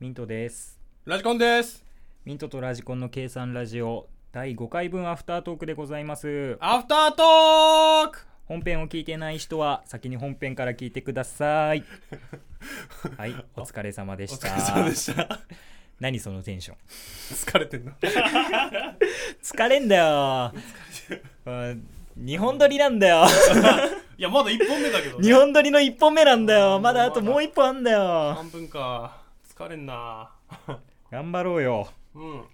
ミントですラジコンですミントとラジコンの計算ラジオ第5回分アフタートークでございますアフタートーク本編を聞いてない人は先に本編から聞いてくださ いはいお疲れ様でおし疲たれ様でした何そのテンション 疲れて んの疲れんだようん日本撮りなんだ よいやまだ1本目だけど、ね、日本撮りの1本目なんだよまだあとまだもう1本あんだよ半分か疲れんな頑張ろうようん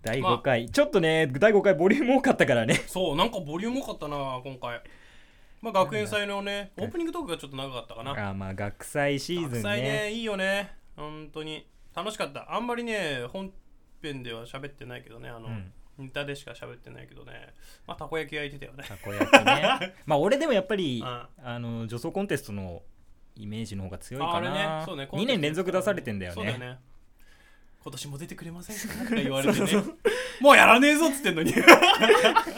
第5回、ちょっとね第5回ボリューム多かったからねそうなんかボリューム多かったな今回まあ学園祭のねオープニングトークがちょっと長かったかあなーまあ学祭シーズン学祭ねねいいよね本当に楽しかったあんまりね本編では喋ってないけどねあの、うんネタでしか喋ってないけどねまあたこ焼き焼いてたよねたこ焼き ねまあ俺でもやっぱりうんあの女装コンテストのイメージの方が強いあかあれねな、そうねコ2ンテスト年連続出されてんだよそうだよねね今年も出てくれませんかとか言われてねもうやらねえぞっつって んのになんク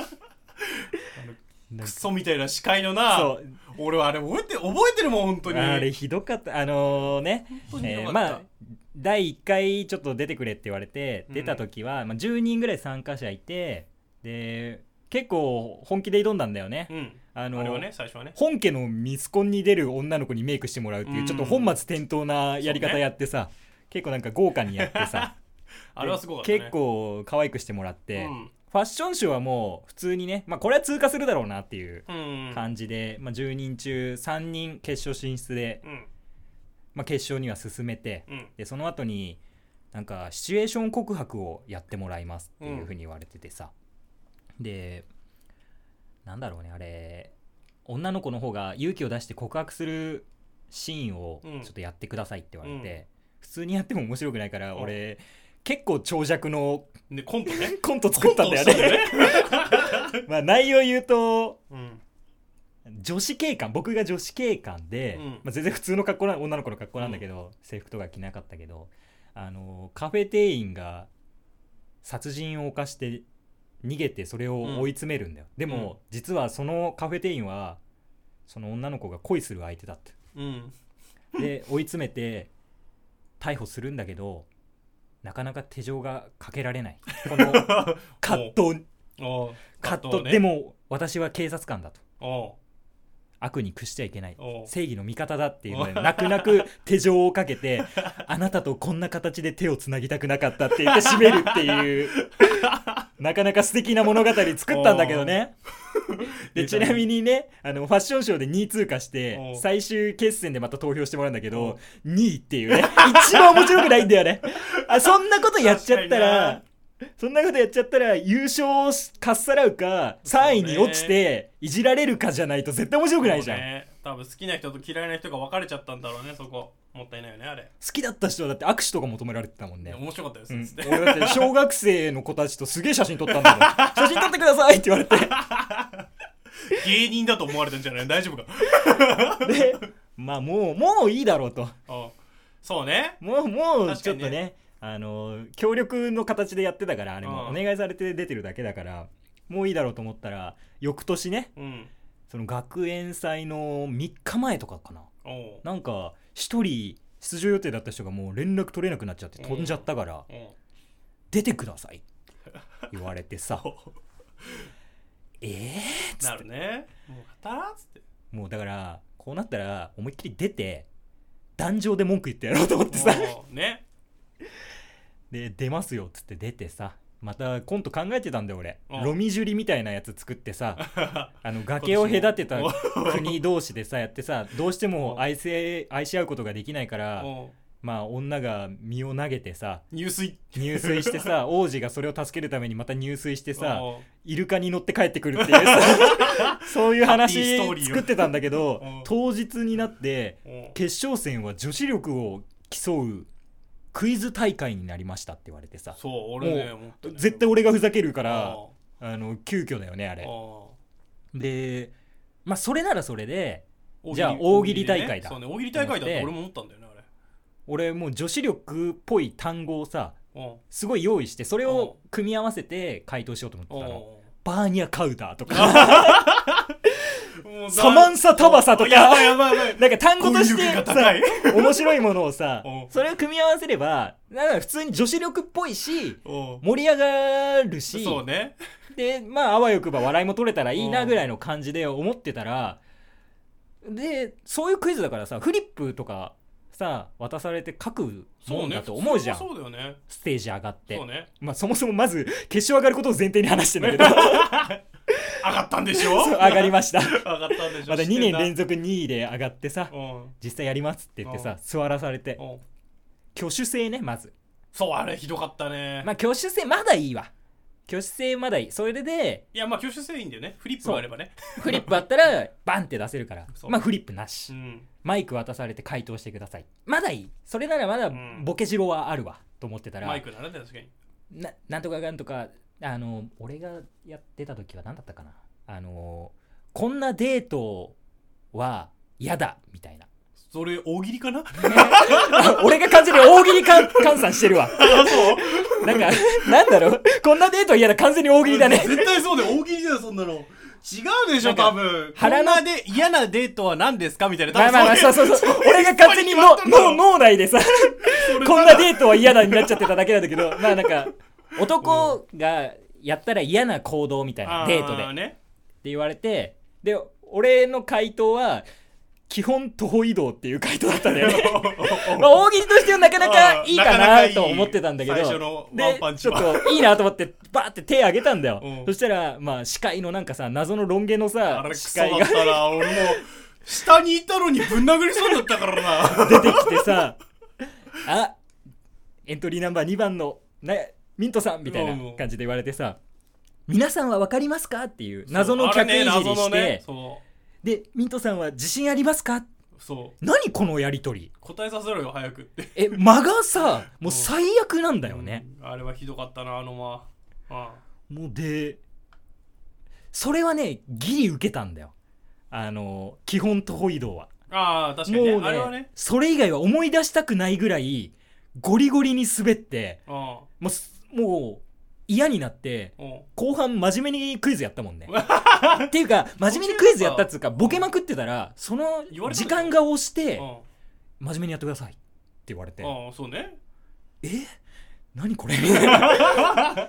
かソみたいな司会のなそう俺はあれ覚えて覚えてるもん本当にあれひどかったあのね本当にひえどーかっまたあ第1回ちょっと出てくれって言われてうん出た時は、まあ、10人ぐらい参加者いてで結構本気で挑んだんだよね、うんあのあれはね最初はね本家のミスコンに出る女の子にメイクしてもらうっていううんちょっと本末転倒なやり方やってさ、結構なんか豪華にやってさあれはすごかったねで結構可愛くしてもらって、うんファッションショーはもう普通にね、まあ、これは通過するだろうなっていううん感じで、まあ、10人中3人決勝進出で、うんまあ、決勝には進めてうんでその後になんかシチュエーション告白をやってもらいますっていうふうに言われててさ、でなんだろうねあれ女の子の方が勇気を出して告白するシーンをうんちょっとやってくださいって言われて、う普通にやっても面白くないからうん俺、結構長尺のでコントねコント作ったんだよねコントをしたんだよね まあ内容言うとうん女子警官僕が女子警官で、うんまあ、全然普通の格好な女の子の格好なんだけど、制服とか着なかったけどあのカフェ店員が殺人を犯して逃げてそれを追い詰めるんだよ、でも、うん実はそのカフェ店員はその女の子が恋する相手だって うんで追い詰めて逮捕するんだけどなかなか手錠がかけられないこ の葛藤におう葛を藤ねでも私は警察官だとおう悪に屈しちゃいけないおう正義の味方だっていうので泣く泣く手錠をかけ てあなたとこんな形で手をつなぎたくなかったって言って締めるっていうなかなか素敵な物語作ったんだけど ねでちなみにねあのファッションショーで2位通過してお最終決戦でまた投票してもらうんだけおど2位っていうね一番面白くないんだよねあそんなことやっちゃったら確そんなことやっちゃったら優勝をかっさらうか3位に落ちていじられるかじゃないと絶対面白くないじゃん、そうね多分好きな人と嫌いな人が別れちゃったんだろうねそこもったいないよねあれ好きだった人はだって握手とか求められてたもんね、面白かったです、うよんつって俺だって小学生の子たちとすげえ写真撮ったんだもん 写真撮ってくださいって言われて芸人だと思われたんじゃない大丈夫か でまあもうもういいだろうとうんそうねもうもう確ちかょっにねとねあの協力の形でやってたからあれも、うんお願いされて出てるだけだからもういいだろうと思ったら翌年ねうんその学園祭の3日前とかかなおうなんか1人出場予定だった人がもう連絡取れなくなっちゃって飛んじゃったから、おう出てくださいって言われてさえー、なるねもうまたつってもうだからこうなったら思いっきり出て壇上で文句言ってやろうと思ってさお うねで出ますよっつって出てさまたコント考えてたんだよ俺うんロミジュリみたいなやつ作ってさあ の崖を隔てた今年も国同士でさやってさどうしても愛せ愛し合うことができないからおうまあ女が身を投げてさ入水入水して さ王子がそれを助けるためにまた入水してさおうイルカに乗って帰ってくるっていうさそういうハッピ話ーストーリーを作ってたんだけどうん当日になっておう決勝戦は女子力を競うクイズ大会になりましたって言われてさそう俺ねももう絶対俺がふざけるからおあの急遽だよねあうれおでまあそれならそれでうじゃあ大喜利大会だそうね大喜利大会だっ思ってて俺も思ったんだよねあれ俺もう女子力っぽい単語をさおうすごい用意してそれを組み合わせて回答しようと思ってたのおうバーニャカウダーとかももうサマンサタバサとかやばいやばいやば いなんか単語として語彙力さが高い面白いものをさおうそれを組み合わせればなんか普通に女子力っぽいしおう盛り上がるしそうねでまああわよくば笑いも取れたらいいなぐらいの感じで思ってたらでそういうクイズだからさフリップとかさ渡されて書くそもうんねだと思うじゃん、普通はそうだよねステージ上がってそうねまあ、そもそもまず決勝上がることを前提に話してんだけど 上がったんでしょ上がりまま した上がったんでしょまた2年連続続2位で上がってさうん実際やりますって言ってうさん座らされてうん挙手制ねまずそうあれひどかったねまあ挙手制まだいいわ挙手制まだいいそれでいやまあ挙手制いいんだよねフリップがあればねフリップあったらバンって出せるからそうまあフリップなしうんマイク渡されて回答してくださいまだいいそれならまだうんボケしろはあるわと思ってたら、マイクならね確かにななんとかがんとかあの俺がやってた時は何だったかなあのこんなデートは嫌だみたいな それ大喜利かな俺が完全に大喜利かん 換算してるわあそうなんかなんだろうこんなデートは嫌だ完全に大喜利だね絶対そうで大喜利だよそんなの違うでしなょんか多分腹腹のなで嫌なデートは何ですかみたいなまあまあまあそうそうそう俺が完全にそのういうの脳内でさそれこんなデートは嫌だになっちゃってただけなんだけどまあなんか男がやったら嫌な行動みたいなデートであねって言われてで俺の回答は基本徒歩移動っていう回答だったんだよねまあ大喜利としてはなかなかいいかなかなかいないと思ってたんだけど最初のワンパンチではちょっといいなと思ってバーって手挙げたんだようんそしたらまあ司会のなんかさ謎のロン毛のあされク司ソだ会っ がたな俺もう下にいたのにぶん殴りそうだったからな出てきてさ「あエントリーナンバー2番のねミントさん」みたいな感じで言われてさ「皆さんは分かりますか?」っていう 謎の客いじりあれね謎しのねてそでミントさんは「自信ありますか?うそう」何このやりとり答えさせろよ早くってえ間がさもう最悪なんだよね、うんあれはひどかったなあのまあもうでそれはねギリ受けたんだよあの基本徒歩移動はああ確かもにうねねあれはねそれ以外は思い出したくないぐらいゴリゴリに滑ってうんもうすもう嫌になってうん後半真面目にクイズやった もんねっていうか真面目にクイズやったっつうかボケまくってたらその言われた時んだよ間が押してう真面目にやってくださいって言われてんうんそうねえ何 これみたいな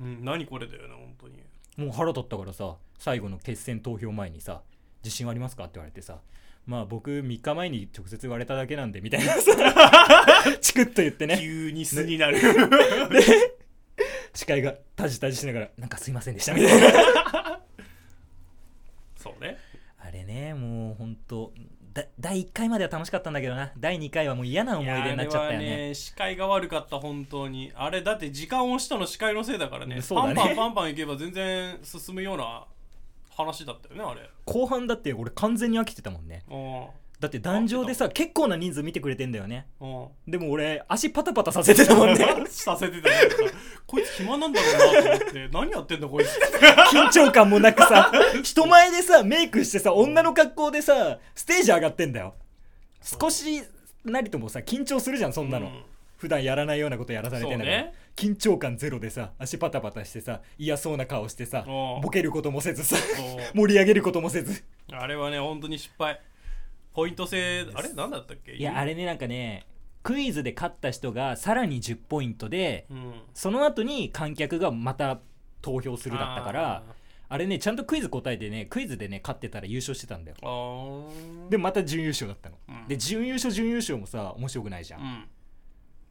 うん何これだよね本当にもう腹立ったからさ最後の決選投票前にさ「自信はありますか?」って言われてさまあ僕3日前に直接言われただけなんでみたいなさ チクッと言ってね急に素になる司会がタジタジしながら「なんかすいませんでした」みたいな そうねあれねもうほんとだ第1回までは楽しかったんだけどな第2回はもう嫌な思い出になっちゃったよいやあれはね視界が悪かった本当にあれだって時間を押したの視界のせいだからねそうだねパンパンパンパンいけば全然進むような話だったよねあれ後半だって俺完全に飽きてたもんねうだって壇上でさ結構な人数見てくれてんだよねんうんでも俺足パタパタさせてたもんね させてたなんかこいつ暇なんだろうなと思って何やってんだこいつ緊張感もなく さ人前でさメイクしてさ女の格好でさステージ上がってんだよ少しなりともさ緊張するじゃんそんなの、うん普段やらないようなことやらされてんだから、そうね緊張感ゼロでさ足パタパタしてさ嫌そうな顔してさうんボケることもせずさそう盛り上げることもせずあれはね本当に失敗ポイント制あれ何だったっけいやあれねなんかねクイズで勝った人がさらに10ポイントでうんその後に観客がまた投票するだったからああれねちゃんとクイズ答えてねクイズでね勝ってたら優勝してたんだよーあーでまた準優勝だったの、うんで準優勝準優勝もさ面白くないじゃ、うんん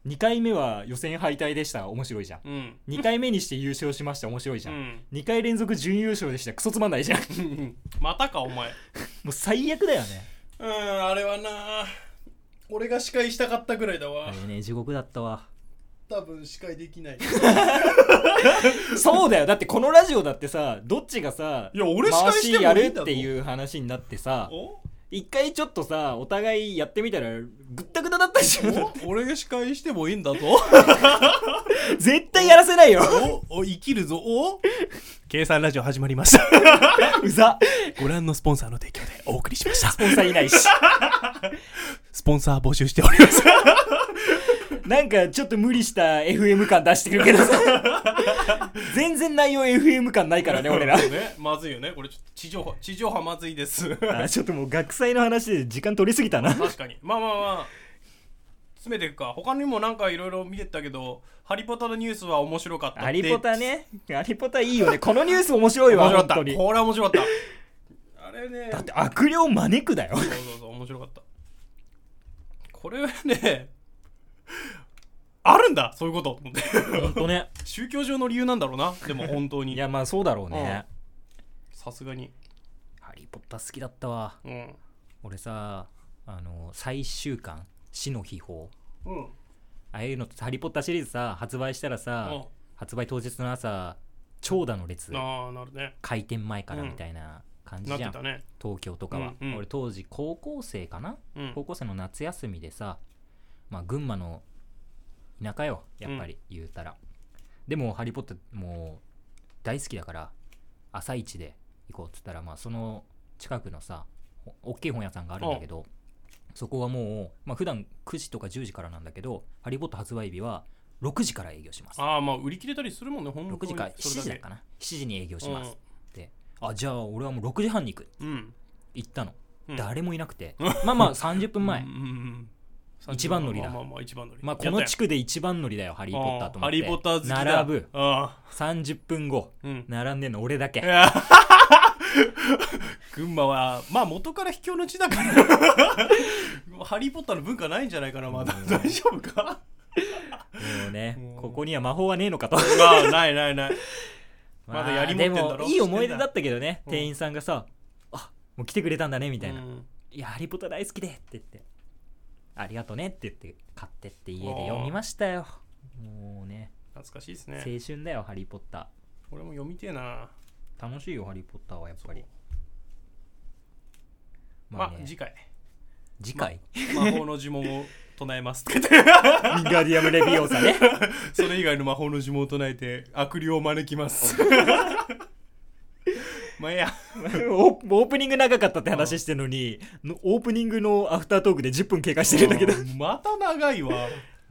2回目は予選敗退でした面白いじゃん、うん2回目にして優勝しました面白いじうゃん、ん2回連続準優勝でしたクソつまんない じゃんもうんまたかお前う最悪だよねうんあれはな俺が司会したかったぐらいだあわれね地獄だったわ多分司会できないいそうだよだってこのラジオだってさどっちがさや俺司会回ししてもいいんだやるっていう話になってさお一回ちょっとさお互いやってみたらぐったぐただったじゃんお俺が司会してもいいんだぞ絶対やらせないよおお生きるぞお計算ラジオ始まりましたうざご覧のスポンサーの提供でお送りしましたスポンサーいないしスポンサー募集しておりますなんかちょっと無理した FM 感出してるけどさ全然内容 FM 感ないからね俺 らそうねまずいよねこれちょっと地上波地上波まずいですあちょっともう学祭の話で時間取りすぎたな確かにまあまあまあ詰めていくか他にもなんかいろいろ見てったけど「ハリポタ」のニュースは面白かったハリポタねねハリポタいいよねこのニュース面白い面わ白かっ本た当こにれは面白かったあれねだって悪霊招くだよそうそうそう面白かったこれはね あるんだそういうことと 思って本当ね宗教上の理由なんだろうなでも本 当いにやまあそうだろうね、さすがにハリポタ好きだったわうん俺さあの最終巻死の秘宝うんああいうのハリポタシリーズさ発売したらさ、うん発売当日の朝長蛇の列ああなるね開店前からみたいな感なじっじゃてん、たね東京とかは、うんうん俺当時高校生かな、うん高校生の夏休みでさ、まあ、群馬の田舎よやっぱり言うたら、でも「ハリー・ポッター」もう大好きだから朝一で行こうっつったら、まあ、その近くのさお大きい本屋さんがあるんだけどそこはもう、まあ普段9時とか10時からなんだけど「ハリー・ポッター」発売日は6時から営業しますああまあ売り切れたりするもんね本当に6時かそ7時だれけかな7時に営業しますって、あじゃあ俺はもう6時半に行くうん行ったの、うん誰もいなく てまあまあ30分前、うんうんうんうん一番乗りだまあまあまあ一番乗りまあ、この地区で一番乗りだよハリー・ポッターと思ってハリー・ポッター好きだ並ぶあ30分後あうん並んでんの俺だいけや 群馬はまあ元から秘境の地だから ハリー・ポッターの文化ないんじゃないかなまだ大丈夫かもうねうんここには魔法はねえのかとまあないないない まだやりもってんだろまあでもいい思い出だったけどねうん店員さんがさ「あもう来てくれたんだね」みたいな「うんいやハリー・ポッター大好きで」って言って「ありがとね」って言って買ってって家で読みましたよもうね懐かしいです青ね春だよハリー・ポッタ俺も読みてえなー楽しいよハリー・ポッターはやっぱりそうままああね 次回次回魔法の呪文を唱 えますってウィンガーディアム・レビオーサねそれ以外の魔法の呪文を唱えて悪霊を招きます まあいいやオーオープニング長かったって話してるのにのオープニングのアフタートークで10分経過してるんだけどあーまた長いわ長っ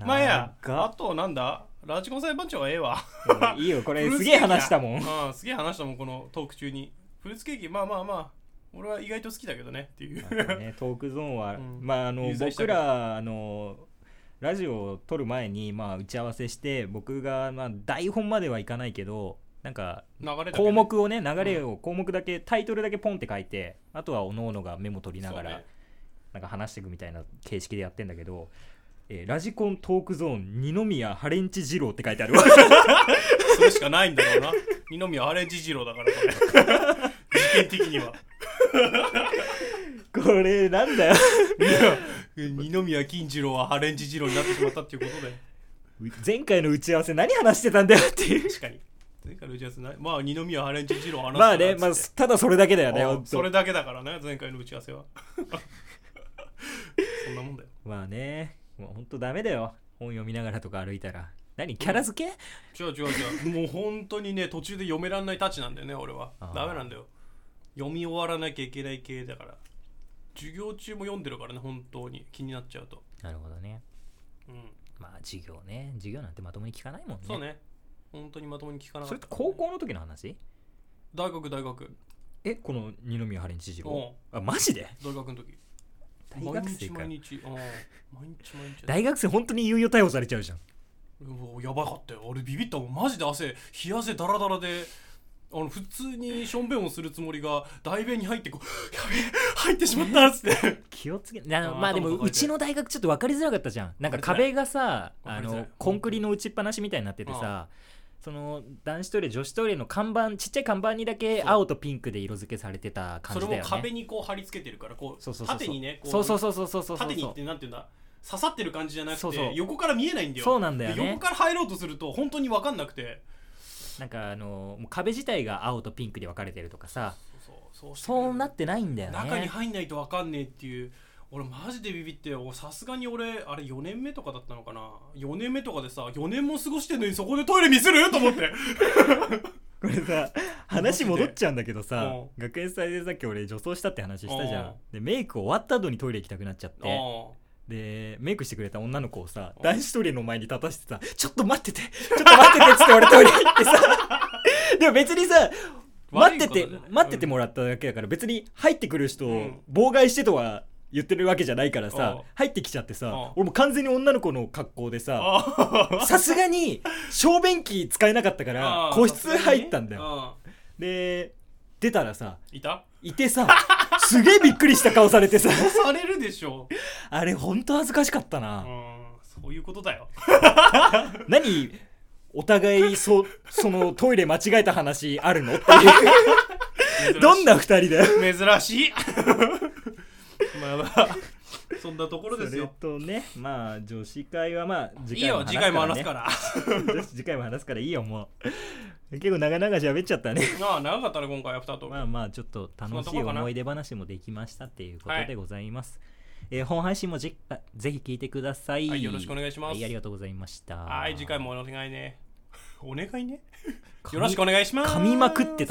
まあいいやあとなんだラジコン裁判長はええわいいよこフれルー すツげえケーキだ話したもんああすげえ話したもんこのトーク中にフルーツケーキまあまあまあ俺は意外と好きだけどねっていうね、トークゾーンは、うんまああの有罪した僕けどらあのラジオを撮る前に、まあ、打ち合わせして僕が、まあ、台本まではいかないけどなんか 流れだけね項目をね流れを項目だけ、タイトルだけポンって書いてあとはおのおのがメモ取りながら、そうねなんか話していくみたいな形式でやってんだけど、えーラジコントークゾーン二宮ハレンチ二郎って書いてあるわそれしかないんだろうな二宮アレンジ二郎だからこれ 事件的にはこれなんだよ二宮金次郎はハレンジ二郎になってしまったっていうことで前回の打ち合わせ何話してたんだよっていう確かに前回の打ち合わせないまあ二宮ハレンジ二郎話したなまあね、まあつっ、ただそれだけだてよねああほんとそれだけだからね前回の打ち合わせは そんなもんだよまあねもうほんとダメだよ本読みながらとか歩いたら何キャラ付け、違う違う違うもう本当にね途中で読めらんないたちなんだよね俺はあーダメなんだよ読み終わらなきゃいけない系だから授業中も読んでるからね本当に気になっちゃうとなるほどねうんまあ授業ね授業なんてまともに聞かないもんねそうね本当にまともに聞かなそかっれったて高校の時の話大学大学えこの二宮ハレンチ二郎おあマジで大学の時大学生か毎日毎日うん毎日毎日大学生本当に猶予逮捕されちゃうじゃんうわやばかったよ俺ビビったもんマジで汗冷や汗ダラダラであの普通にしょんべんをするつもりが大便に入ってこうやべえ入ってしまったっつって気をつけなあーまあでも頭抱うえてちの大学ちょっと分かりづらかったじゃんなんか分かりづらい壁がさ分かありづらいのコンクリの打ちっぱなしみたいになっててさその男子トイレ女子トイレの看板ちっちゃい看板にだけそう青とピンクで色付けされてた感そじれだもよ壁ねにこう貼り付けてるからこうそうそうそうそう縦にねこそうそうそうそうそうそうそう縦にってなんていうんだ刺さってる感じじゃなくてそうそう横から見えないんだよそうなんだよねで横から入ろうとすると本当に分かんなくてなんかあのもう壁自体が青とピンクで分かれてるとかさそうそうしてくれるそうなってないんだよね中に入んないと分かんねえっていう俺マジでビビっておさすがに俺あれ4年目とかだったのかな4年目とかでさ4年も過ごしてんのにそこでトイレ見せると思ってこれ さ話戻っちゃうんだけどさうん学園祭でさっき俺女装したって話したじゃうんんでメイク終わった後にトイレ行きたくなっちゃってあでメイクしてくれた女の子をさ男子トイレの前に立たしてさ「ちょっと待っててちょっと待ってて」っつって俺トイレ行 ってさでも別にさ待悪っていことじてゃない待っててもらっただけだから別に入ってくる人うをん妨害してとは言ってるわけじゃないからさうん入ってきちゃってさうん俺も完全に女の子の格好でさあさすがに小便器使えなかったからあ 個室入ったんだよよで出たらさいたいてさすげえびっくりした顔されてさされるでしょあれほんと恥ずかしかったなうんそういうこと だよ何お互いそ そのトイレ間違えた話あ るのっていうどんな二人だよ珍しいまあまあそんなところですそれよとねまあ女子会はまあいいよ次回も話すかららね 女子次回も話すからいいよもう結構長々喋っちゃったねまあ長かったね今回アフタートーク、まあまあちょっと楽しい思い出話もできましたっていうことでございます、えー本配信もじあぜひ聞いてください、はいよろしくお願いしますはいありがとうございましたはい次回もお願いねお願いね噛みよろしくお願いします噛みまくってた